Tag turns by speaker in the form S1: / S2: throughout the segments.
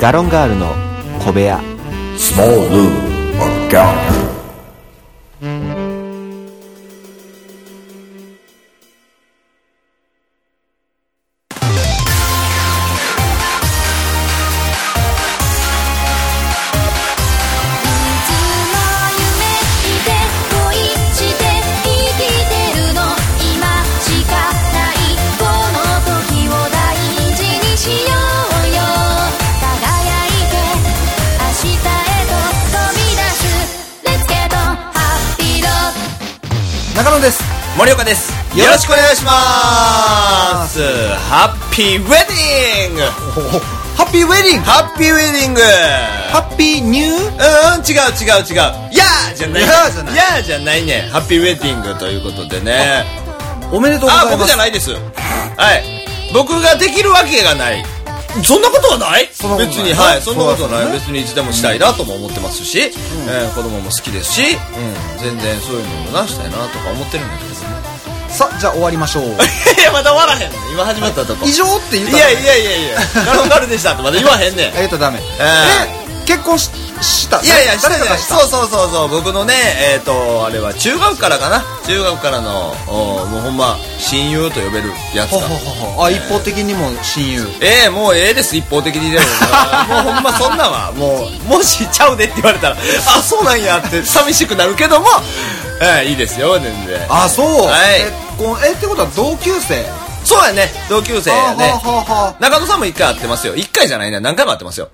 S1: ガロンガールの小部屋
S2: Small Lou McGallagher.
S3: いつも夢見て恋して生きてるの今しかないこの時を大事にしようよ輝いて明日へと飛び出す Let's get on happy road
S4: 中野です
S5: 森岡ですよろしくお願いしますハッピーウェディン グ
S4: ハッピーウェディング
S5: ハッピーウェディング
S4: ハッピーニュー
S5: うんうん違う違う違うやーじゃない
S4: やーじゃない
S5: やーじゃないねハッピーウェディングということでね
S4: おめでとうござい
S5: あ
S4: ます
S5: 僕じゃないですはい僕ができるわけがないそんなことはない別
S4: んなことない
S5: にはいそんなこと
S4: そうだ
S5: はな
S4: ね
S5: い別にいつでもしたいなとも思ってますし、えー子供も好きですし、うん、全然そういうのもなしたいなとか思ってるんだけど
S4: さじゃあ終わりましょう
S5: いやまだ終わらへんの今始まったとこ
S4: 以上って言っ
S5: い
S4: たら
S5: やいやいやいやガロンガルでしたとまだ言わへんねん
S4: えっとダメえ結婚しした
S5: いやいやして
S4: 誰
S5: ない
S4: かがした
S5: そうそうそうそう僕のねえっ、とあれは中学からかな中学からのおもうほんま親友と呼べるやつ
S4: ほ
S5: だ
S4: ほほほあ一方的にも親友
S5: ええもうええです一方的 にでももうほんまそんなんはもうもしちゃうでって言われたらあそうなんやって寂しくなるけどもええいいですよ全然
S4: あそう
S5: はい
S4: 結婚えってことは同級生
S5: そうやね同級生やね
S4: あははは
S5: 中野さんも一回会ってますよ一回じゃないね何回も会ってますよ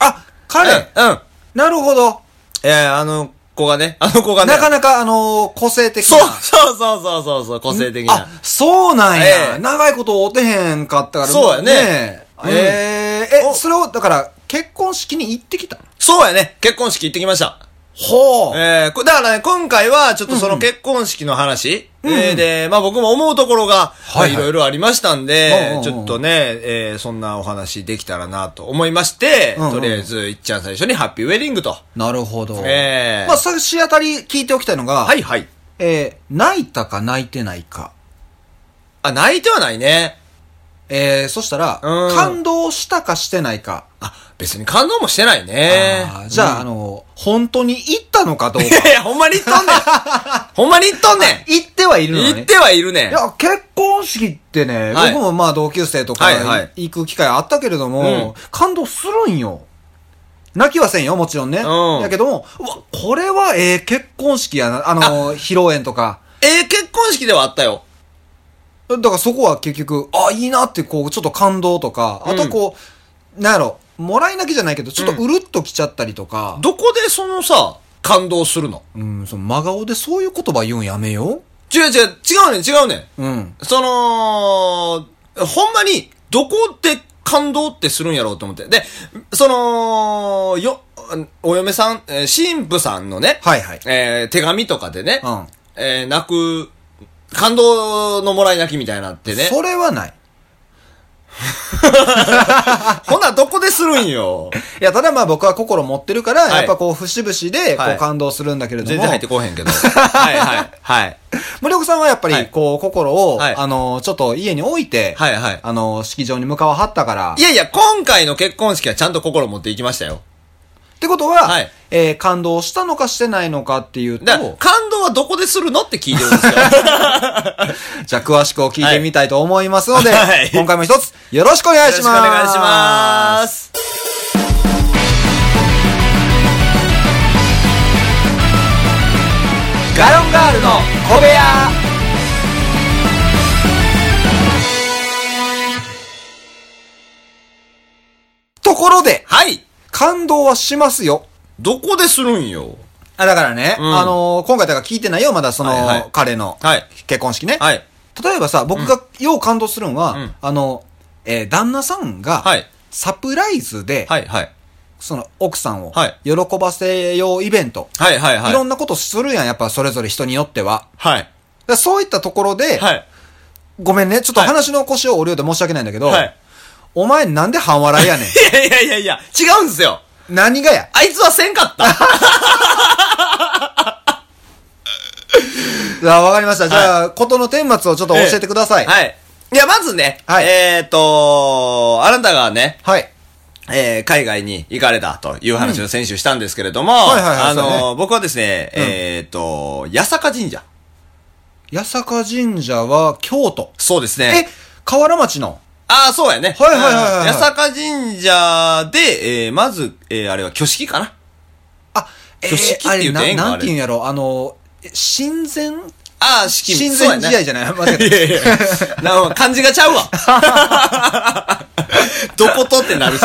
S4: あ彼
S5: うんうん
S4: なるほど
S5: ええあの子がねあの子がね
S4: なかなかあのー個性的な
S5: そうそうそうそうそうそう個性的な
S4: あそうなん
S5: え
S4: や
S5: え
S4: 長いこと会うてへんかったから
S5: そうやね
S4: え
S5: うん
S4: ええ
S5: お
S4: それをだから結婚式に行ってきた
S5: そうやね。結婚式行ってきました。
S4: ほ
S5: えーこだからね、今回は、ちょっとその結婚式の話、えーで、まあ僕も思うところが、
S4: はいはい
S5: まあいろいろありましたん
S4: うんうんう
S5: で
S4: ん、
S5: ちょっとね、えーそんなお話できたらなと思いまして、
S4: うんうん
S5: とりあえず、いっちゃん最初にハッピーウェディングと。
S4: なるほど。
S5: ええ
S4: まあ、差し当たり聞いておきたいのが、
S5: はいはい。
S4: えー泣いたか泣いてないか。
S5: あ、泣いてはないね。
S4: えーそしたら、
S5: うん
S4: 感動したかしてないか。
S5: あ、別に感動もしてないね
S4: あー。じゃあ、あ
S5: うん
S4: の、本当に行ったのかどうか。
S5: いやいや、ほんまに言っと んねん。ほんまに言っとんねん。
S4: 行ってはいるのね。
S5: 言ってはいるねん。
S4: いや、結婚式ってね、
S5: はい
S4: 僕もまあ同級生とか、
S5: はいはい
S4: 行く機会あったけれども、
S5: うん
S4: 感動するんよ。泣きはせんよ、もちろんね。
S5: うん
S4: やけども、うわ、これはええ結婚式やな。あの、披露宴とか。
S5: ええ結婚式ではあったよ。
S4: だからそこは結局、あ、いいなって、こう、ちょっと感動とか、あとこう、なんやろ、もらい泣きじゃないけど、ちょっとうるっときちゃったりとか、
S5: どこでそのさ、感動するの
S4: うん、その真顔でそういう言葉言うんやめよ
S5: 違う違う、違うねん、違うねん。
S4: う。うん。
S5: その、ほんまに、どこで感動ってするんやろうと思って。で、その、よ、お嫁さん、えー新婦さんのね、
S4: はいはい。
S5: えー手紙とかでね、
S4: うん
S5: えー泣く、感動のもらい泣きみたいなってね。
S4: それはない。
S5: ほな、どこでするん よ。
S4: いや、ただまあ僕は心持ってるから、
S5: はい
S4: やっぱこう、節々で、こ
S5: は
S4: う、
S5: い
S4: 感動するんだけれど
S5: 全
S4: も、
S5: 然入ってこうへんけど。はいはい、はい。
S4: 森岡さんはやっぱ
S5: は
S4: り、
S5: い
S4: こう、心を、
S5: はい
S4: あの、ちょっと家に置いて、
S5: はいはい
S4: あの、式場に向かわはったから、
S5: いやいや、今回の結婚式はちゃんと心持っていきましたよ。
S4: ってことは、
S5: はい
S4: えー感動したのかしてないのかっていうと、
S5: だから、感動はどこでするのって聞いてるんですよ。
S4: じゃあ、詳しくお聞いてみたいと思いますので、
S5: はい
S4: 今回も一つ、よろしくお願いします。
S5: よろしくお願いします。
S4: ガロンガールの小部屋ところで、
S5: はい。
S4: 感動はしますよ。
S5: どこでするんよ。
S4: あ、だからね、
S5: うん
S4: あのー今回だから聞いてないよ、まだその、
S5: はいはい
S4: 彼の、
S5: はい
S4: 結婚式ね。
S5: はい。
S4: 例えばさ、僕がよう感動するのは、
S5: ん
S4: あの、えー旦那さんが、
S5: はい
S4: サプライズで、
S5: はい、はい。
S4: その奥さんを
S5: はい
S4: 喜ばせようイベント。
S5: はい、はい、
S4: い、
S5: はい。
S4: ろんなことするやん、やっぱそれぞれ人によっては。
S5: はい。
S4: だからそういったところで、
S5: はい。
S4: ごめんね、ちょっと
S5: はい
S4: 話の腰を折るようで申し訳ないんだけど、
S5: はい
S4: お前なんで半笑いやねん。
S5: いやいやいやいや、違うんですよ。
S4: 何がや。
S5: あいつはせんかった。
S4: あわかりました。じゃあ、ことの顛末をちょっと教えてください。
S5: はい。いや、まずね、
S4: はい
S5: えっ、ー、とあなたがね、
S4: はい。
S5: えー海外に行かれたという話を先週したんですけれども、
S4: いはいはいそう
S5: あの
S4: ね
S5: ー、僕はですね、えーっと、八坂神社。
S4: 八坂神社は京都。
S5: そうです
S4: え
S5: ね。、
S4: 河原町の。
S5: ああ、そうやね。
S4: はいはいはいはい
S5: うん八坂神社で、えーまず、えーあれは挙式かな
S4: あ、え
S5: 挙式って言うてええんか
S4: あれな
S5: あ
S4: ん
S5: れ
S4: て言うんやろ、あの、え神前
S5: ああ、式
S4: 神
S5: そうや
S4: 前
S5: ね
S4: 試合じゃない間違えた
S5: いやいやいやなんか漢字がちゃうわ。 どことってなるし。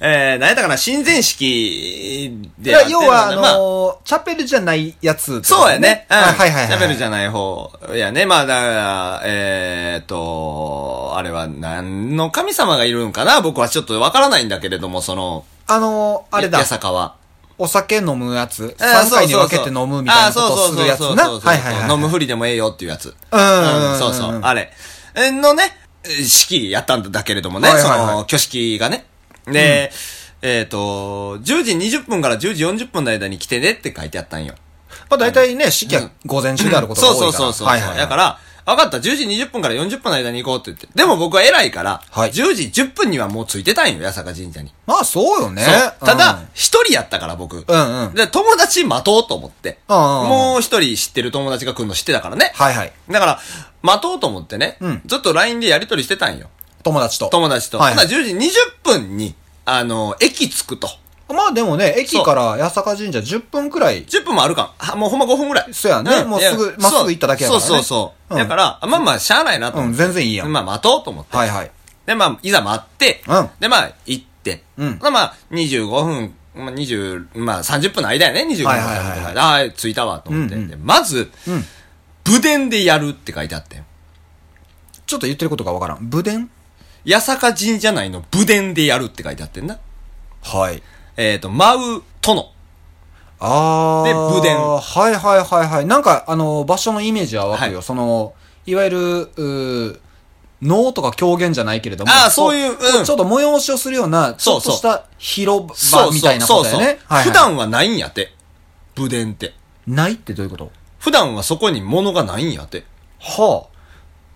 S5: えー、何やったかな親善式
S4: い
S5: でやっ
S4: や
S5: てる
S4: 要
S5: の
S4: は、あ
S5: かなまあ
S4: の、チャペルじゃないやつってこと。
S5: そうやね。うん。
S4: あはいはいはい。
S5: 喋るじ
S4: ゃん。
S5: ゃない方。やね。まあ、だから、えーっと、あれは何の神様がいるんかな僕はちょっとわからないんだけれども、その、
S4: あの、あれだ
S5: 八。坂は。
S4: お酒飲むやつ。
S5: あー
S4: 3回に分けて飲むみたいなことをするやつな。
S5: あーそうそうそうそうそうそうそう
S4: はいはいはい。
S5: 飲むふりでもええよっていうやつ。
S4: うんうんうん
S5: そうそう。あれ。えのね、式やったんだけれどもね、
S4: はいはいはい
S5: その、挙式がね。で、えっ、と、10時20分から10時40分の間に来てねって書いてあったんよ。
S4: まあ大体ね、式は午前中であることが
S5: そう
S4: 多いか
S5: そ
S4: ら。
S5: うそうそう。
S4: はいはいはい。
S5: だから、分かった、10時20分から40分の間に行こうって言って。でも僕は偉いから、
S4: はい
S5: 10時10分にはもう着いてたんよ、八坂神社に。
S4: まあそうよね
S5: そう。た
S4: う
S5: だ
S4: ん、
S5: 一人やったから僕。
S4: んうん
S5: で、友達待とうと思って。
S4: うんうんうん
S5: もう一人知ってる友達が来るの知ってたからね。
S4: はいはい。
S5: だから、待とうと思ってね。
S4: うん
S5: ずっと LINE でやりとりしてたんよ。
S4: 友達と。
S5: 友達と。
S4: はいはい
S5: ただ10時20分に、あの、駅着くと。
S4: まあでもね、駅から八坂神社10分くらい。
S5: 10分もあるか。あもうほんま5分ぐらい。
S4: そうやねもうすぐ
S5: いや
S4: まっすぐ行っただけやからね
S5: そうそうそう。
S4: うん
S5: だから、まあまあ、しゃあないなと思って。
S4: うん全然いいやん
S5: まあ、待とうと思って。
S4: はいはい。
S5: で、まあ、いざ待って、
S4: うん
S5: で、まあ、行って、
S4: うん
S5: まあまあ、25分、まあ、20、まあ、30分の間やね、25分の
S4: はい
S5: 間とか
S4: はいはいはい
S5: でああ、着いたわ、と思って。
S4: うんうん
S5: でまず、
S4: ん
S5: 武伝でやるって書いてあって。
S4: ちょっと言ってることがわからん。武伝
S5: 八坂神社内の武伝でやるって書いてあってんな。
S4: はい。
S5: えっ、と、舞う殿。
S4: あー。
S5: で武伝
S4: はいはいはいはい。なんか、あの、場所のイメージはわかるよ。
S5: はい
S4: その、いわゆる、うー能とか狂言じゃないけれども。
S5: あーそういう
S4: ここ
S5: うん
S4: ちょっと催しをするような、ちょ
S5: そう
S4: っと
S5: そう
S4: した広場みたいなことだよね。はいはい
S5: 普段はないんやて。武伝って。
S4: ないってどういうこと
S5: 普段はそこに物がないんやて。
S4: は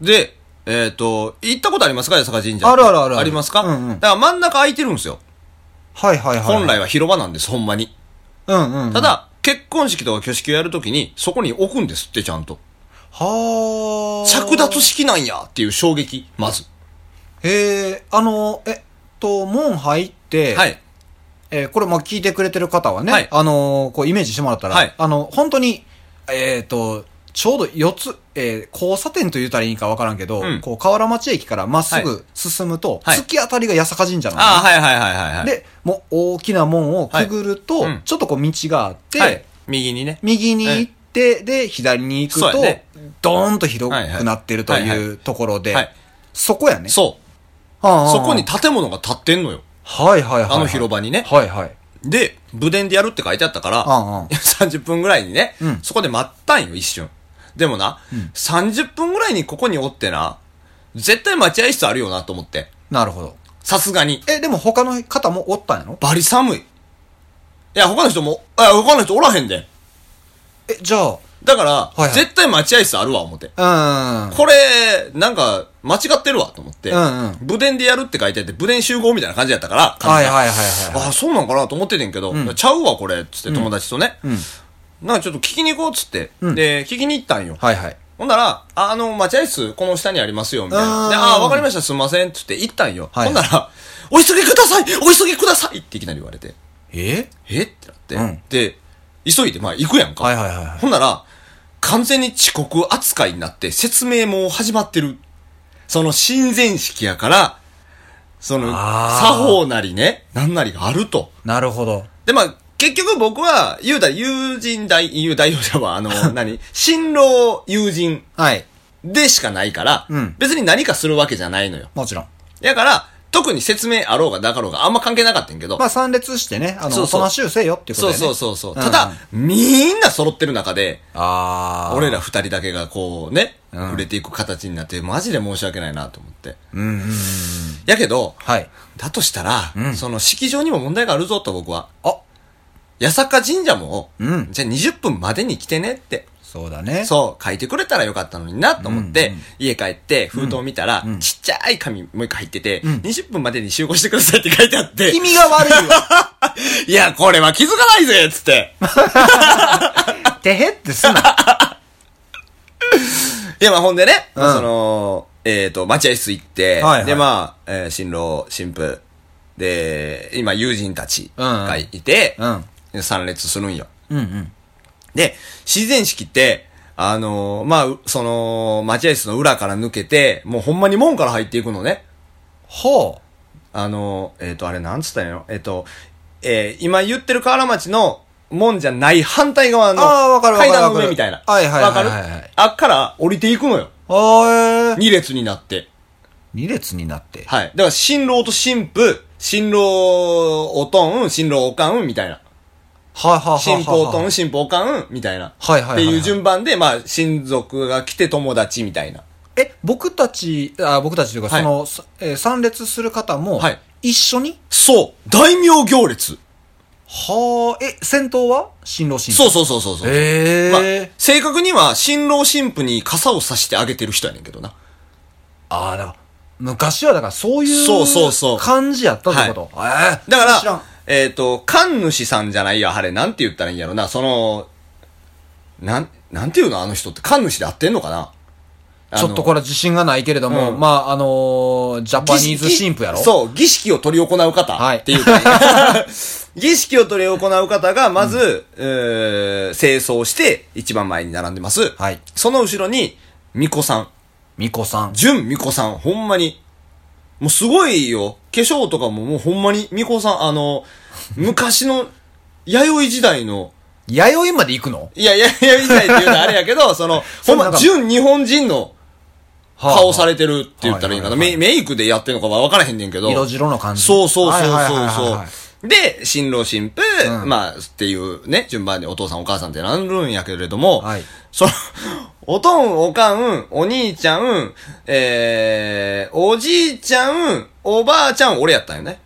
S5: で、えっ、と、行ったことありますか八坂神社って。
S4: あるあるあるある
S5: ありますか、
S4: うんうん
S5: だから真ん中空いてるんですよ。
S4: あ。はいはいはい。
S5: 本来は広場なんです、ほんまに。
S4: うんうんうん。
S5: ただ、結婚式とか挙式をやるときに、そこに置くんですって、ちゃんと。
S4: はあ。
S5: 着脱式なんやっていう衝撃、まず。
S4: へえ、あの、えっと、門入って、
S5: はい。
S4: えーこれ、まあ、聞いてくれてる方はね、
S5: はい
S4: あのーこう、イメージしてもらったら、
S5: はい
S4: あの、本当に、えっ、と、ちょうど四つ、えー交差点と言ったらいいんかわからんけど、
S5: うん
S4: こう、河原町駅からまっす
S5: は
S4: ぐ進むと、
S5: はい
S4: 突き当たりが八坂神社なのね、
S5: ああ、はいはいはいはいはい。、
S4: で、もう、大きな門をくぐると、
S5: はいうん
S4: ちょっとこう、道があって、
S5: はい、右にね。
S4: 右に行って、で、左に行く
S5: そ
S4: と、
S5: うやね
S4: ドーンと広くなってると
S5: はいはいはい
S4: いうところで、
S5: はい
S4: そこやね。
S5: そう。
S4: ああ
S5: そこに、建物が建ってんのよ。
S4: はいはいはいはい。
S5: あの広場にね
S4: はいはい。
S5: で、武伝でやるって書いてあったから、
S4: うんうん
S5: 30分ぐらいにね、
S4: うん
S5: そこで待ったんよ、一瞬。でもな、30分ぐらいにここにおってな、絶対待合室あるよなと思って。
S4: なるほど。
S5: さすがに。
S4: え、でも他の方もおったんやろ
S5: バリ寒い。いや、他の人も、いや、他の人おらへんで。
S4: え、じゃ
S5: だから、
S4: いはい
S5: 絶対待合室あるわ、思って。
S4: あ、うーん。
S5: これ、なんか、間違ってるわ、と思って。
S4: うんうん
S5: 部電でやるって書いてあって、部電集合みたいな感じやったから、。
S4: はいはいいはいはい。
S5: ああ、そうなんかなと思っててんけど、
S4: ん
S5: ちゃうわ、これ、つって友達とね。なんかちょっと聞きに行こう、つって、
S4: うん
S5: で、聞きに行ったんよ。
S4: はいはい。
S5: ほんなら、ああの、待合室、この下にありますよ、みたいな。
S4: あー
S5: で、ああ、わかりました、すいません、つって行ったんよ。
S4: はい
S5: ほんなら、お急ぎくださいお急ぎくださいっていきなり言われて。
S4: え
S5: えってなって、
S4: うん
S5: で、急いで、まあ行くやんか。
S4: はいはいはいはい
S5: ほんなら、完全に遅刻扱いになって、説明も始まってる。その親善式やから、その、
S4: あー
S5: 作法なりね、なんなりがあると。
S4: なるほど。
S5: で、まあ、結局僕は、言うたら友人代、言う代表者は、 あの、何新郎友人
S4: はい。
S5: でしかないから、
S4: うん
S5: 別に何かするわけじゃないのよ。
S4: もちろん。
S5: だから、特に説明あろうがなかろうがあんま関係なかったんやけど、
S4: まあ、参列してね、あ
S5: そ
S4: の、
S5: う
S4: お
S5: そ
S4: と
S5: う
S4: なしゅうせよっていうこと
S5: そう
S4: でね。
S5: そうそうそう。
S4: ん
S5: ただ、、みんな揃ってる中で、
S4: ああ。
S5: 俺ら。二人だけがこうね、
S4: うん
S5: 触れていく形になって、マジで申し訳ないなと思って。
S4: うんうんうん。
S5: やけど、
S4: はい。
S5: だとしたら、
S4: うん
S5: その式場にも問題があるぞと僕は。
S4: あ、
S5: 八坂神社も、
S4: うん
S5: じゃあ20分までに来てねって。
S4: そうだね。
S5: そう、書いてくれたらよかったのになと思って、家帰って封筒を見たら、ちっちゃい紙もう一回入ってて、20分までに集合してくださいって書いてあって、
S4: 君が悪い わ。
S5: いや、これは気づかないぜっつって。
S4: てへってすな。
S5: いや、まあほんでね、
S4: うん
S5: まあその、えっ、と、待合室行って、
S4: はいはい
S5: で、まあ、えー新郎、新婦、で、今、友人たち
S4: うんうん
S5: がいて、
S4: うん
S5: で参列するんよ。
S4: うんうん。
S5: で、自然式って、あのーまあ、うその、待合室の裏から抜けて、もうほんまに門から入っていくのね。
S4: ほ
S5: あのーえっ、と、あれ、なんつったんやろえっ、と、えー今言ってる河原町の門じゃない反対側の
S4: あーわかるわか
S5: 階
S4: る
S5: 段の上みたいな。
S4: わかるはいはいはいはい
S5: わかるあっから降りていくのよ。
S4: う。あーえー。
S5: 二列になって。
S4: 二列になって。
S5: はい。だから、新郎と新婦、新郎おとん、新郎おかん、みたいな。
S4: はいはいはいはい。
S5: 新婦おとん、新婦おかん、みたいな。
S4: はいはいはいはい
S5: っていう順番で、まあ、親族が来て友達みたいな。
S4: え、僕たち、あ僕たちというか、
S5: はい
S4: その、さえー参列する方も、
S5: はい
S4: 一緒に
S5: そう大名行列
S4: はあ、え、先頭は新郎新婦。。
S5: そううそうそうそうそう。
S4: へ
S5: まあ
S4: え、
S5: 正確には、新郎新婦に傘を差してあげてる人やねんけどな。
S4: ああ、だから、昔はだからそういう
S5: そうそうそう
S4: 感じやったってこと。えー
S5: だか
S4: 知らん
S5: ら。、えっ、と、神主さんじゃないや、あれ、なんて言ったらいいんやろな、その、なん、なんていうのあの人って、神主で合ってんのかな
S4: ちょっとこれは自信がないけれども、
S5: うん
S4: まあ、あのージャパ
S5: パ
S4: ニーズ神父やろう。
S5: そう、儀式を執り行う方。
S4: はい
S5: っていうかね、 儀式を執り行う方が、まず、えー清掃して、一番前に並んでます。
S4: はい
S5: その後ろに、巫女さん。
S4: 巫女さん。
S5: 純巫女さん、ほんまに。もうすごいよ。化粧とかももうほんまに、巫女さん、あの、昔の、弥生時代の、
S4: 弥生まで行くの
S5: いや、弥生時代っていうのはあれやけど、その、ほんま、純日本人の顔されてるって言ったらいいんか
S4: は
S5: な。
S4: いはい
S5: メ
S4: は
S5: イ
S4: い
S5: メイクでやってるのかは分からへんねんけど。
S4: 色白の感じ
S5: そうそうそうそうそう。
S4: はいはいはいはいは
S5: で、新郎新婦、
S4: うん
S5: まあ、っていうね、順番にお父さんお母さんってなるんやけれども、
S4: はい
S5: その、おとん、おかん、お兄ちゃん、えー、おじいちゃん、おばあちゃん、俺やったんよね。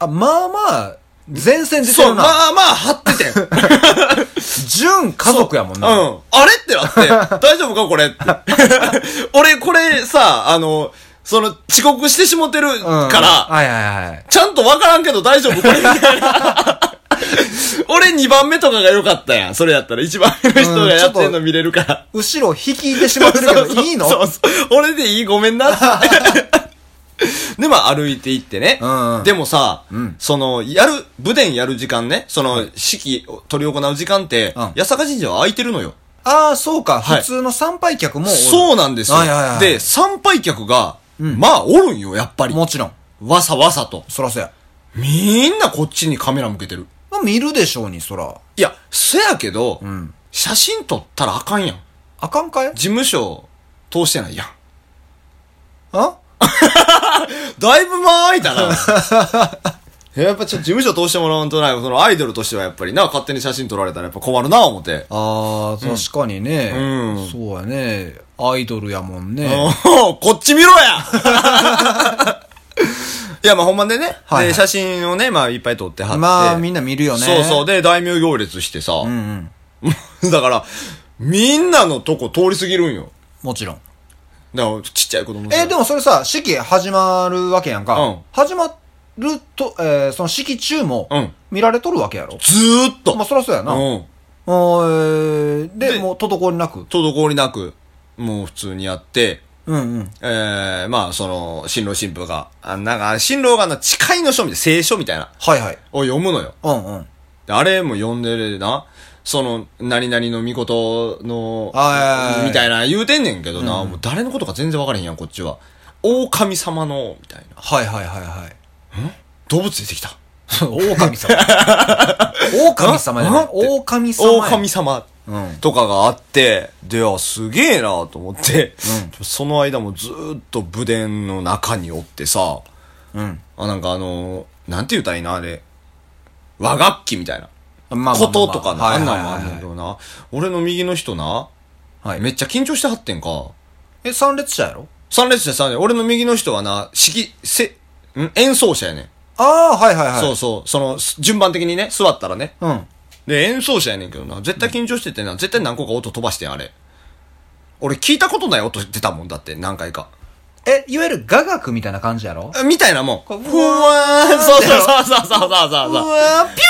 S4: あ、まあまあ、前線出て
S5: そう、
S4: る
S5: ま
S4: な。
S5: あまあ、張って てん。
S4: 純家族やもんな。
S5: うん。あれってな って、大丈夫かこれって。俺、これさ、あの、その、遅刻してしもてる
S4: うん
S5: から、
S4: はいはいはい。
S5: ちゃんとわからんけど大丈夫これみた いな。俺2番目とかが良かったやん。それやったら1番目の人がやってんの見れるから。
S4: 後ろ引き入れてしまってるけど、いいの
S5: そうそう。俺でいいご めんなって。で、まあ歩いていってね。
S4: うんうん
S5: でもさ、その、やる、武殿やる時間ね、その、式を執り行う時間って、
S4: うん
S5: 八坂神社は空いてるのよ。
S4: ああ、そうか。
S5: はい
S4: 普通の参拝客もおる。
S5: そうなんですよ。
S4: はいはいはい。
S5: で、、参拝客が、
S4: うん
S5: まあ、おるんよ、やっぱり。
S4: もちろん。
S5: わさわさと。
S4: そらそや。
S5: みんなこっちにカメラ向けてる。
S4: まあ、見るでしょうに、そら。
S5: いや、せやけど、
S4: ん
S5: 写真撮ったらあかんやん。
S4: あかんかい
S5: 事務所通してないやん。
S4: あ
S5: だいぶ間空い たな。やっぱちょっと事務所通してもらわんとない、そのアイドルとしてはやっぱりな、勝手に写真撮られたらやっぱ困るな、思って。
S4: あー、確かにね。
S5: うん
S4: そうやね。アイドルやもんね。
S5: おーこっち見ろ やいや、まあ、ほんまでね、
S4: はいはい
S5: で、写真をね、まあ、いっぱい撮ってはって。
S4: まあみんな見るよね
S5: そうそう。で、大名行列してさ。
S4: うんうん。
S5: だから、みんなのとこ通り過ぎるんよ。
S4: もちろん。
S5: だから、ちっちゃい子供さ
S4: えーでもそれさ、式始まるわけやんか。
S5: うん
S4: 始まると、えーその式中も
S5: うん、
S4: 見られとるわけやろ。
S5: ずーっと。
S4: まあ、そらそうやな。
S5: うん。
S4: あーえーで、
S5: で
S4: もう滞りなく。
S5: 滞りなく、もう普通にやって、
S4: うんうん。
S5: えー、まあ、その、新郎新婦が、あなんか、新郎があの、誓いの書みたいな、聖書みたいな、
S4: はいはい。
S5: を読むのよ。
S4: うんうん。
S5: であれも読んでるな。その、何々の御事の
S4: はいはいは、い
S5: みたいな言うてんねんけどな、もう誰のことか全然分からへんやん、こっちは。狼様の、みたいな。
S4: はいはいはいはい。
S5: 動物出てきた。
S4: 狼様。狼様やね
S5: ん。
S4: 狼様や。
S5: 狼様。
S4: うん。
S5: とかがあって、で、あ、すげえなと思って、その間もずーっと武殿の中におってさ、
S4: うん。
S5: あ、なんかあのーなんて言うたらいいな、あれ。和楽器みたいな。
S4: まあまあまあまあ
S5: こととかな、
S4: は
S5: あ
S4: い
S5: ん
S4: は
S5: ないんもあんねん
S4: はい
S5: けどな。俺の右の人な、
S4: はい。
S5: めっちゃ緊張してはってんか。
S4: え、参列者やろ
S5: 三列車三列俺の右の人はな、指揮、せ、ん演奏者やねん。
S4: ああ、はいはいはい。
S5: そうそう。その、す順番的にね、座ったらね。
S4: うん。
S5: で、演奏者やねんけどな、絶対緊張しててな、絶対何個か音飛ばしてんあれ。俺聞いたことない音出たもんだって、何回か。
S4: え、いわゆる雅楽みたいな感じやろ
S5: みたいなもん。ふ
S4: こう
S5: わーん。そうそうそうそうそうそうそう。
S4: うわー、ピ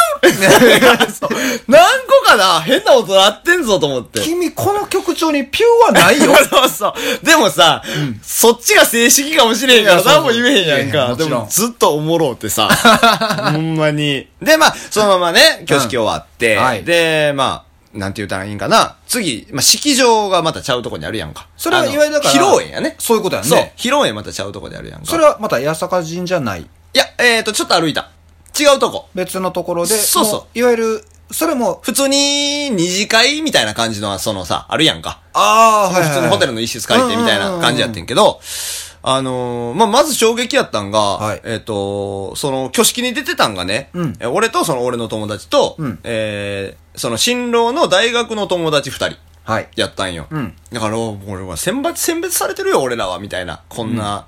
S5: そう何個かな変な音鳴ってんぞと思って。
S4: ュ君、この曲調にピューはないよ。
S5: そうそう。でもさ、そっちが正式かもしれへん
S4: い
S5: か
S4: や
S5: ら、
S4: そうそう
S5: 何も言えへんやん
S4: いやいや
S5: か。
S4: もち
S5: で
S4: ろん
S5: も、ずっとおもろうって さ。ほんまに。で、まあ、そのままね、挙式終わって、
S4: うんはい
S5: で、まあ、なんて言ったらいいんかな。次、まあ、式場がまたちゃうとこにあるやんか。
S4: それは
S5: あの
S4: いわゆるだから
S5: 披露宴やね。
S4: そういうことやね
S5: そう。披露宴またちゃうとこであるやんか。
S4: それはまた八坂神社内、
S5: いや、えっ、ー、と、ちょっと歩いた。違うとこ。
S4: 別のところで、
S5: そうそう
S4: もいわゆる、それも、
S5: 普通に二次会みたいな感じの、そのさ、あるやんか。
S4: あ
S5: 普通にホテルの一室借りてみたいな感じやってんけど、あのーまあ、まず衝撃やったんが、
S4: はい
S5: えっ、と、その、挙式に出てたんがね、
S4: うん
S5: え俺とその俺の友達と、
S4: うん
S5: えーその新郎の大学の友達二人。
S4: はい。
S5: やったんよ。
S4: うん
S5: だから、もう俺は選抜、選別されてるよ、俺らは、みたいな。こんな、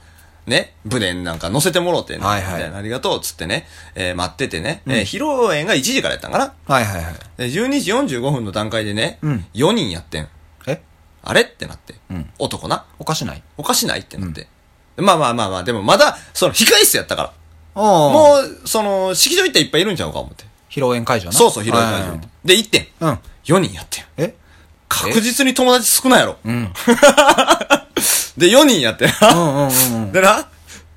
S5: ね、無念なんか乗せてもろてね。
S4: はいはい
S5: みたなありがとう、つってね、えー待っててね。えー披露宴が1時からやったんかな。
S4: はいはいはい。
S5: で12時45分の段階でね、
S4: うん
S5: 4人やってん。
S4: え
S5: あれってなって。
S4: うん
S5: 男な。
S4: おかしない
S5: おかしないってなって。まあまあまあまあ、でもまだ、その、控え室やったから。
S4: もう、
S5: もう、その、式場行ったらいっぱいいるんちゃうか思って。
S4: 披露宴会場な。
S5: そうそう、広い会場行ってで、行ってん。
S4: 場。うん。
S5: 4人やってん。
S4: え
S5: 確実に友達少ないやろ。
S4: うん。
S5: で、4人やってん。
S4: うんうんうんうん。
S5: でな、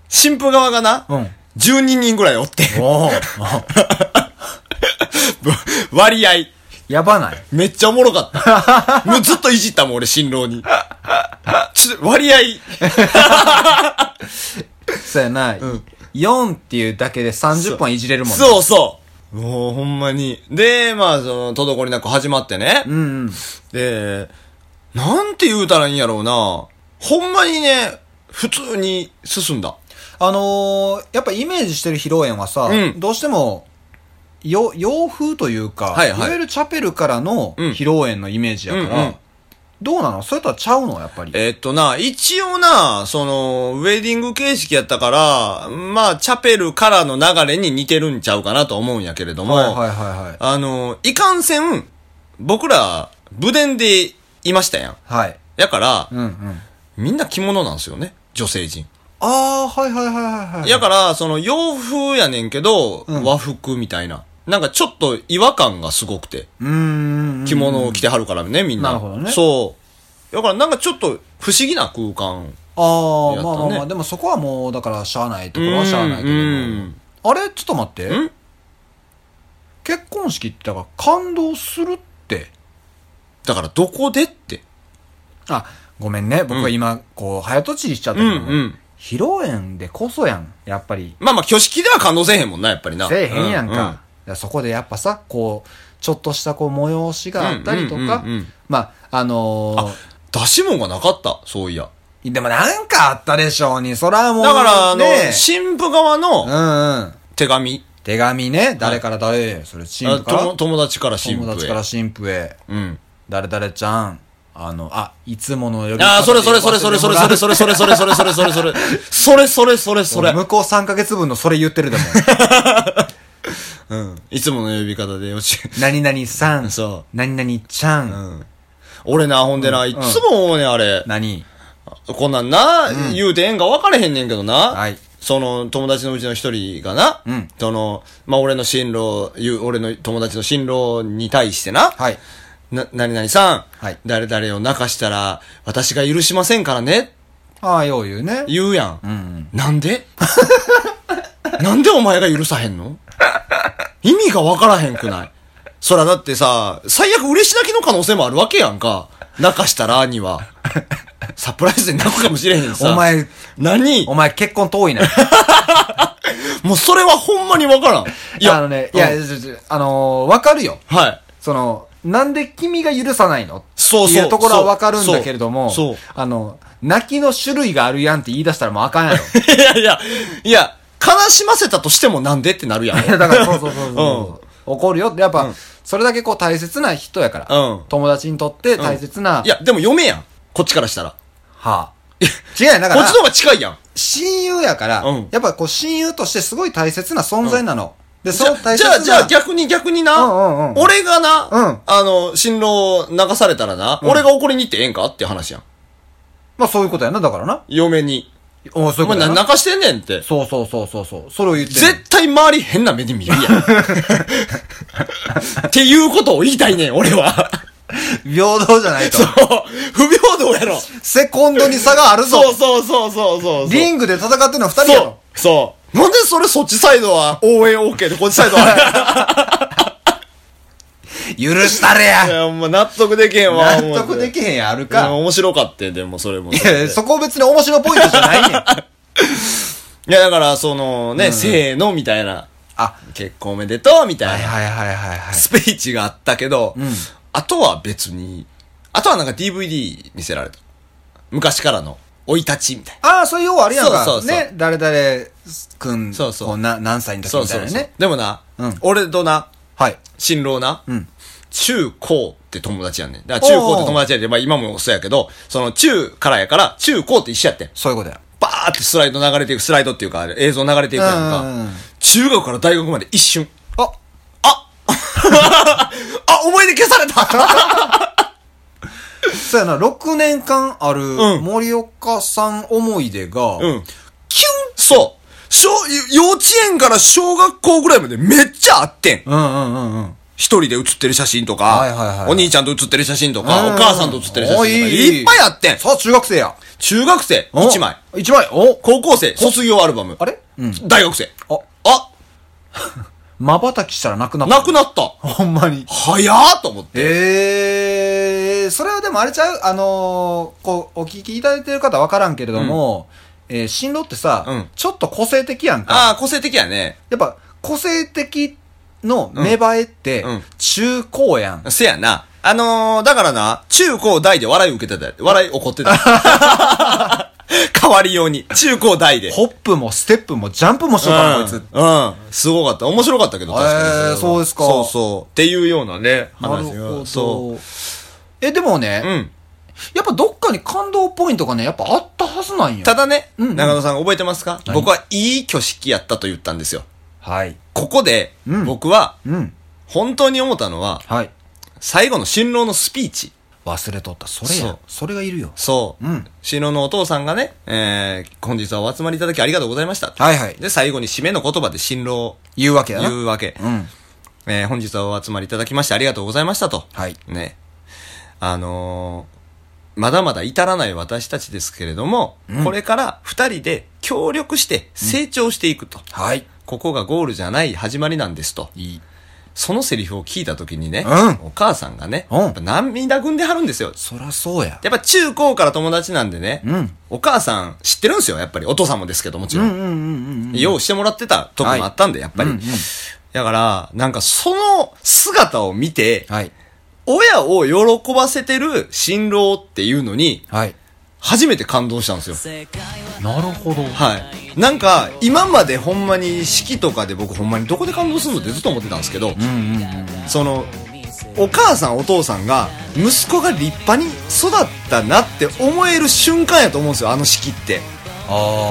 S5: 新婦側がな、
S4: うん
S5: 12人ぐらいおって、
S4: おー
S5: 割合。
S4: やばない。
S5: めっちゃおもろか った。もうずっといじったもん、俺、新郎に。ちょっと、割合。
S4: そうやな。4っていうだけで30本いじれるもんね
S5: そうそう。もう、ほんまに。で、まあ、その、滞りなく始まってね。
S4: うんうん。
S5: で、なんて言うたらいいんやろうな。ほんまにね、普通に進んだ。
S4: あのー、やっぱイメージしてる披露宴はさ、
S5: うん
S4: どうしても、よ、洋風というか、
S5: はい
S4: い
S5: はい
S4: わゆるチャペルからの
S5: うん
S4: 披露宴のイメージやから、
S5: うんうん
S4: どうなのそれとはちゃうのやっぱり。
S5: えっとな、一応な、その、ウェディング形式やったから、まあ、チャペルからの流れに似てるんちゃうかなと思うんやけれども、
S4: はいはいはいはい。
S5: あの、いかんせん、僕ら、武伝でいましたやん。
S4: はい。
S5: やから、
S4: うんうん。
S5: みんな着物なんですよね、女性陣。
S4: ああ、はいはいはいはいはい。
S5: やから、その、洋風やねんけど、
S4: うん
S5: 和服みたいな。なんかちょっと違和感がすごくて。
S4: うーん。
S5: 着物を着てはるからね、みんな。
S4: なるほどね
S5: そう。だからなんかちょっと不思議な空間。
S4: ああ、
S5: やったね
S4: まあまあまあ、でもそこはもう、だから、しゃあないところはしゃあないけど
S5: う
S4: も。
S5: ん。
S4: あれちょっと待って
S5: ん。
S4: 結婚式って、だから、感動するって。
S5: だからどこでって。
S4: あ、ごめんね。僕は今、こう、早とちりしちゃった
S5: う
S4: け
S5: ん
S4: ど
S5: う
S4: も、
S5: ん。
S4: 披露宴でこそやん。やっぱり。
S5: まあまあ挙式では感動せえへんもんな、やっぱりな。
S4: せえへんやんか。
S5: う
S4: だからそこでやっぱさ、こう、ちょっとしたこう、催しがあったりと
S5: うんうん
S4: か
S5: うんうん、
S4: まあ、あのー
S5: あ、出し物がなかった、そういや。
S4: でもなんかあったでしょうに、そらもう、
S5: だから、あの
S4: ね、
S5: 新婦側の
S4: うんうん。
S5: 手紙。
S4: 手紙ね、誰から誰へ、それ、新
S5: あ
S4: 婦から
S5: と友達から新婦へ。
S4: 友達から新婦へ、
S5: うん。
S4: 誰々ちゃん、あの、あ、いつもの呼び
S5: ああ、それ
S4: で
S5: それそれそれそれそれそれそれそれそれそれそれそれそれそれそれそれ
S4: 向こう3ヶ月分のそれ言ってるで も。
S5: いつもの呼び方でよし。
S4: 何々さん、
S5: そ
S4: 何々ちゃん、
S5: うん。俺な、ほんでな、いつも思うねん、あれ。
S4: 何
S5: こんなんな、言うてええんか分からへんねんけどな。
S4: はい
S5: その、友達のうちの一人がな、
S4: うん
S5: その、まあ、俺の進路、ゆ俺の友達の進路に対してな、
S4: はい。
S5: な、何々さん、
S4: はい
S5: 誰々を泣かしたら、私が許しませんからね、
S4: ああ、よう言うね。
S5: 言うやん。
S4: うんうん。
S5: なんで なんでお前が許さへんの意味が分からへんくないそらだってさ、最悪嬉し泣きの可能性もあるわけやんか。泣かしたらには。サプライズで泣くかもしれへんさ。
S4: お前、
S5: 何
S4: お前結婚遠いね。
S5: もうそれはほんまに分からん。
S4: いや、あのね、いや、
S5: うん
S4: ちょちょあのー、わかるよ。
S5: はい。
S4: その、なんで君が許さないの
S5: そ
S4: っ
S5: うそう
S4: ていうところはわかるんだけれども、
S5: そうそう
S4: あの、泣きの種類があるやんって言い出したらもうあかんやろ。
S5: いやいや、いや、悲しませたとしてもなんでってなるやん。
S4: だ から、そうそうそうそうそう。怒るよって、やっぱ、それだけこう大切な人やから。
S5: うん
S4: 友達にとって大切な、
S5: いや、でも嫁やん。こっちからしたら。
S4: はあ、違うよだか
S5: こ
S4: ら
S5: っちの、方が近いやん。
S4: 親友やから、
S5: うん
S4: やっぱこう親友としてすごい大切な存在なの。で、
S5: じ
S4: そ
S5: ゃ
S4: の大切
S5: じゃ
S4: な
S5: あ、じゃあ逆に逆にな、
S4: うんうんうん
S5: 俺がな、
S4: うん
S5: あの、新郎流されたらな、俺が怒りに行ってええんかっていう話やん。
S4: まあそういうことやな、だからな。
S5: 嫁に。
S4: おそう
S5: お
S4: いうこと
S5: 前な
S4: や
S5: ん
S4: な。
S5: 泣かしてんねんって。
S4: そうそうそうそうそう。それを言ってんの。
S5: 絶対周り変な目で見るやん。っていうことを言いたいねん、俺は。
S4: 平等じゃないと
S5: そ。う。不平等やろ。
S4: セコンドに差があるぞ。
S5: そうそうそうそうそうそう。
S4: リングで戦ってるのは二人や
S5: そう
S4: ろ。。
S5: そう。なんでそれそっちサイドは応援 OK でこっちサイドは。
S4: 許したれ
S5: い
S4: や。
S5: や、もう納得できへんわ。
S4: 納得できへんやある
S5: か。
S4: か。
S5: 面白かったよでもそれも。
S4: いや、そこ別に面白いポイントじゃないねん。
S5: いや、だから、そのね、せーの、みたいな。
S4: あ、
S5: 結婚おめでとう、みた
S4: はい
S5: いな。
S4: はいはいはいはい。
S5: スピーチがあったけど、あとは別に、あとはなんか DVD 見せられた。昔からの、生い立ち、みたいな。
S4: ああ、そういう要あるやんか。
S5: そうそうそう
S4: ね、誰々くん、
S5: そうそう
S4: こな何歳の時
S5: そう
S4: みた
S5: そ
S4: いうな
S5: そう
S4: ね。。
S5: でもな
S4: うん、
S5: 俺とな、
S4: はい。
S5: 新郎な、
S4: ん
S5: 中高って友達やんねん。だから中高って友達やで、まあ今もそうやけど、その中からやから、中高って一緒やってん。
S4: そういうことや。
S5: バーってスライド流れていく、スライドっていうか、映像流れていくやん
S4: うんうんう
S5: か
S4: ん。
S5: 中学から大学まで一瞬。
S4: あ、
S5: あ、思い出消された
S4: そうやな、6年間ある
S5: うん
S4: 森岡さん思い出が、
S5: うん。キュンそう小、幼稚園から小学校ぐらいまでめっちゃあってん。
S4: うんうんうんうん。
S5: 一人で写ってる写真とか、
S4: はいはいはい
S5: お兄ちゃんと写ってる写真と
S4: うん
S5: か、お母さんと写ってる写真と
S4: お
S5: か、
S4: い
S5: いっぱいあってん。
S4: さあ、中学生や。
S5: 中学生、
S4: お
S5: 一枚。。
S4: 一枚。お
S5: 高校生、卒業アルバム。
S4: あれうん。
S5: 大学生。
S4: あ、
S5: あ、
S4: 瞬きしたらなくなった。
S5: なくなった。
S4: ほんまに。
S5: 早ーと思って。
S4: ええそれはでもあれちゃうあのーこう、お聞きいただいてる方わからんけれども、えー新郎ってさ、
S5: うん
S4: ちょっと個性的やんか。
S5: ああ、個性的やね。
S4: やっぱ、個性的の芽生えって
S5: うんうん、
S4: 中高やん。
S5: せやな。あのー、だからな、中高大で笑い受けてたよ。笑い怒ってた。 変わりように。中高大で。
S4: ホップもステップもジャンプもしとったな、こいつ。
S5: うん。うん。すごかった。面白かったけど、確かにれは。
S4: えーそうですか
S5: そうそう。っていうようなね、
S4: なるほ
S5: 話が。
S4: ど。
S5: そ
S4: え、でもね、
S5: う。うん。
S4: やっぱどっかに感動ポイントがね、やっぱあったはずなんよ。
S5: ただね、
S4: うんうん
S5: 中野さん覚えてますか
S4: 何
S5: 僕はいい挙式やったと言ったんですよ。
S4: はい。
S5: ここで
S4: うん、
S5: 僕は、
S4: うん。
S5: 本当に思ったのは、
S4: はい。
S5: 最後の新郎のスピーチ。
S4: 忘れとった。それや。
S5: そ
S4: そうれがいるよ。
S5: そう。
S4: うん
S5: 新郎のお父さんがね、えー、本日はお集まりいただきありがとうございました。
S4: はいはい
S5: で、最後に締めの言葉で新郎を
S4: 言うわけやな。
S5: 言うわけ。
S4: うん。
S5: えー、本日はお集まりいただきましてありがとうございましたと。
S4: はい
S5: ね。あのー、まだまだ至らない私たちですけれども、これから二人で協力して成長していくと。
S4: はい。
S5: ここがゴールじゃない始まりなんですと。
S4: いい。
S5: そのセリフを聞いた時にね、
S4: うん
S5: お母さんがね、
S4: うん
S5: やっぱ涙ぐんではるんですよ。
S4: そらそうや。
S5: やっぱ中高から友達なんでね、
S4: うん
S5: お母さん知ってるんですよ、やっぱり。お父さんもですけど、もちろ
S4: う
S5: ん。
S4: んうんうん
S5: 用意してもらってたとこもあったんで、やっぱり。
S4: うんうん
S5: だから、なんかその姿を見て、
S4: はい。
S5: 親を喜ばせてる新郎っていうのに、
S4: はい。
S5: 初めて感動したんですよ。
S4: なるほど。
S5: はい。なんか、今までほんまに式とかで僕ほんまにどこで感動するのってずっと思ってたんですけど、その、お母さんお父さんが息子が立派に育ったなって思える瞬間やと思うんですよ、あの式って。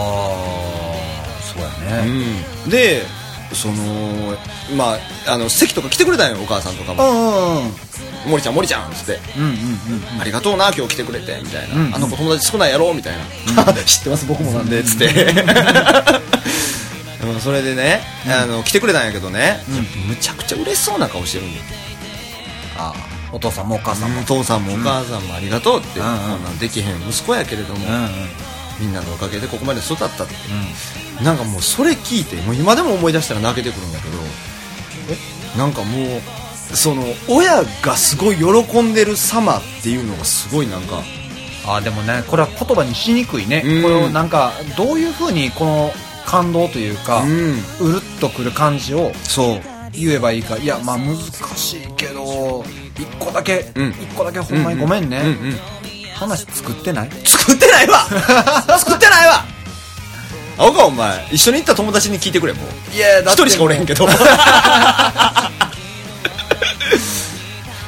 S4: あー、そうやね。
S5: うん。で、その、まあ、あの、席とか来てくれたんよ、お母さんとか
S4: う
S5: も。
S4: んうんうん。
S5: 森ちゃん、森ちゃんっつって。
S4: うんうんうん。
S5: ありがとうな、今日来てくれて、みたいな。
S4: うん
S5: あの子友達少ないやろ、みたいな。 知ってます、僕もなんで、つって。うんそ れでね、あの、来てくれたんやけどね、むちゃくちゃ嬉しそうな顔してるんだよ。
S4: あーお父さんもお母さんも。
S5: お父さんもお母さんもありがとうって、
S4: うん
S5: こんなんできへん息子やけれども、
S4: うんうん。
S5: みんなのおかげでここまで育ったって。なんかもうそれ聞いて、もう今でも思い出したら泣けてくるんだけど、なんかもう、その、親がすごい喜んでる様っていうのがすごいなんか、
S4: あーでもね、これは言葉にしにくいね。
S5: うん
S4: これをなんか、どういうふうにこの感動というか、
S5: うん
S4: うるっとくる感じを
S5: そう。
S4: 言えばいいか。いや、まあ難しいけど、一個だけ、
S5: うん
S4: 一個だけほんまにごめんね。
S5: うんうん
S4: 話作ってない
S5: 作ってな いわ作ってないわ青川お前一緒に行った友達に聞いてくれもう
S4: いや
S5: 一人しかおれへん けど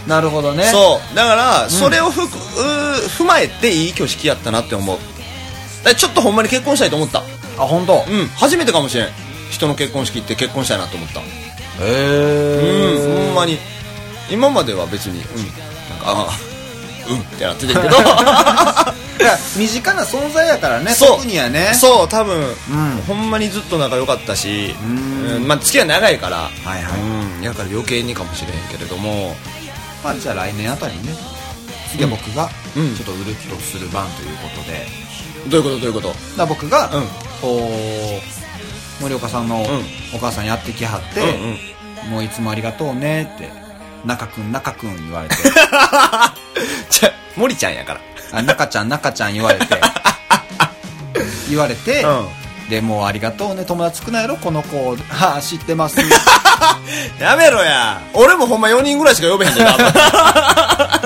S4: なるほどね。
S5: そうだからそれをふく、うー踏まえていい挙式やったなって思うだからちょっとほんまに結婚したいと思った
S4: あ、本当。
S5: うん初めてかもしれん人の結婚式行って結婚したいなと思った
S1: へえ
S5: うん、ほんまに今までは別に、うん、なんかああうんってなってたけど
S4: いや身近な存在やから ね
S5: そう
S4: 特にはね
S5: そう多分、
S4: ん
S5: ほんまにずっと仲良かったし、
S4: ん
S5: うんまあ、付き合い長いから、
S4: はいはい
S5: うん、やから余計にかもしれへんけれども
S4: まあじゃあ来年あたりにね次は僕がち
S5: うん
S4: ょっと売る気をする番ということで、
S5: どういうことどういうこと
S4: だから僕が、
S5: うん
S4: こう森岡さんのお母さんやってきはって、
S5: うんうん
S4: もういつもありがとうねって中くん中くん言われ て
S5: じゃ森ちゃんやから
S4: あ中ちゃん中ちゃん言われ て言われて、でもうありがとうね友達少ないやろこの子はあ知ってます
S5: やめろや俺もほんま4人ぐらいしか呼べへんねん多分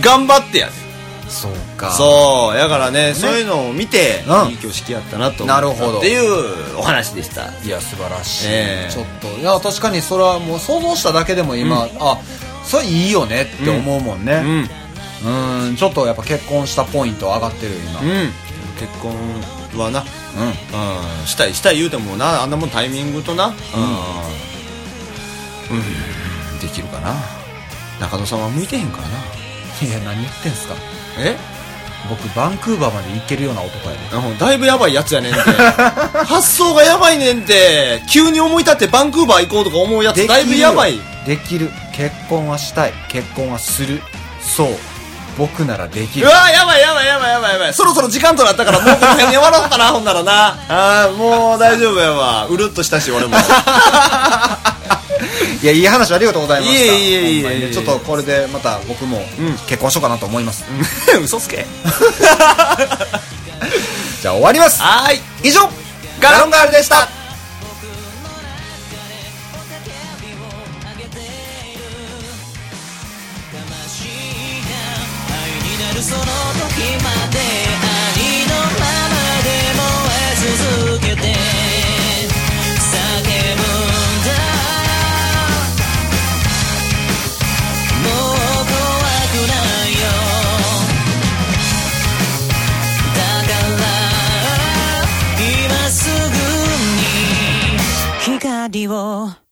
S5: 頑張ってや
S4: そうか
S5: そうやからねそういうのを見て、
S4: うん
S5: いい挙式やったなと思
S4: なる
S5: っ
S4: ほ
S5: た
S4: ど
S5: っていうお話でした
S4: いや素晴らしい、
S5: ええ
S4: ちょっといや確かにそれはもう想像しただけでも今、あそれいいよねって思うもん
S5: う
S4: ね
S5: ん
S4: うんんちょっとやっぱ結婚したポイント上がってるよ今うん、
S5: 結婚はな、うん、したいしたい言うてもなあんなもんタイミングとなうん、うん、できるかな中野さんは向いてへんからない
S4: や何言ってんすか
S5: え
S4: 僕バンクーバーまで行けるような男やで
S5: だいぶやばいやつやねんて 発想がやばいねんて急に思い立ってバンクーバー行こうとか思うやつだいぶやばい
S4: できる結婚はしたい結婚はするそう僕ならでき
S5: う
S4: る
S5: わやばいやばいやばいやばいやばいそろそろ時間となったからもうこの辺で終わろうかなほんならな あーもう大丈夫やわうるっとしたし俺も
S4: いやいい話ありがとうございました
S5: いえいえいえ
S4: ほんまにね
S5: いえいえ
S4: ちょっとこれでまた僕も結婚しようかなと思います、
S5: 嘘つけ
S4: じゃあ終わります
S5: はーい
S4: 以上ガロンガールでした
S6: その時までありのままで燃え続けて叫ぶんだもう怖くないよだから今すぐに光を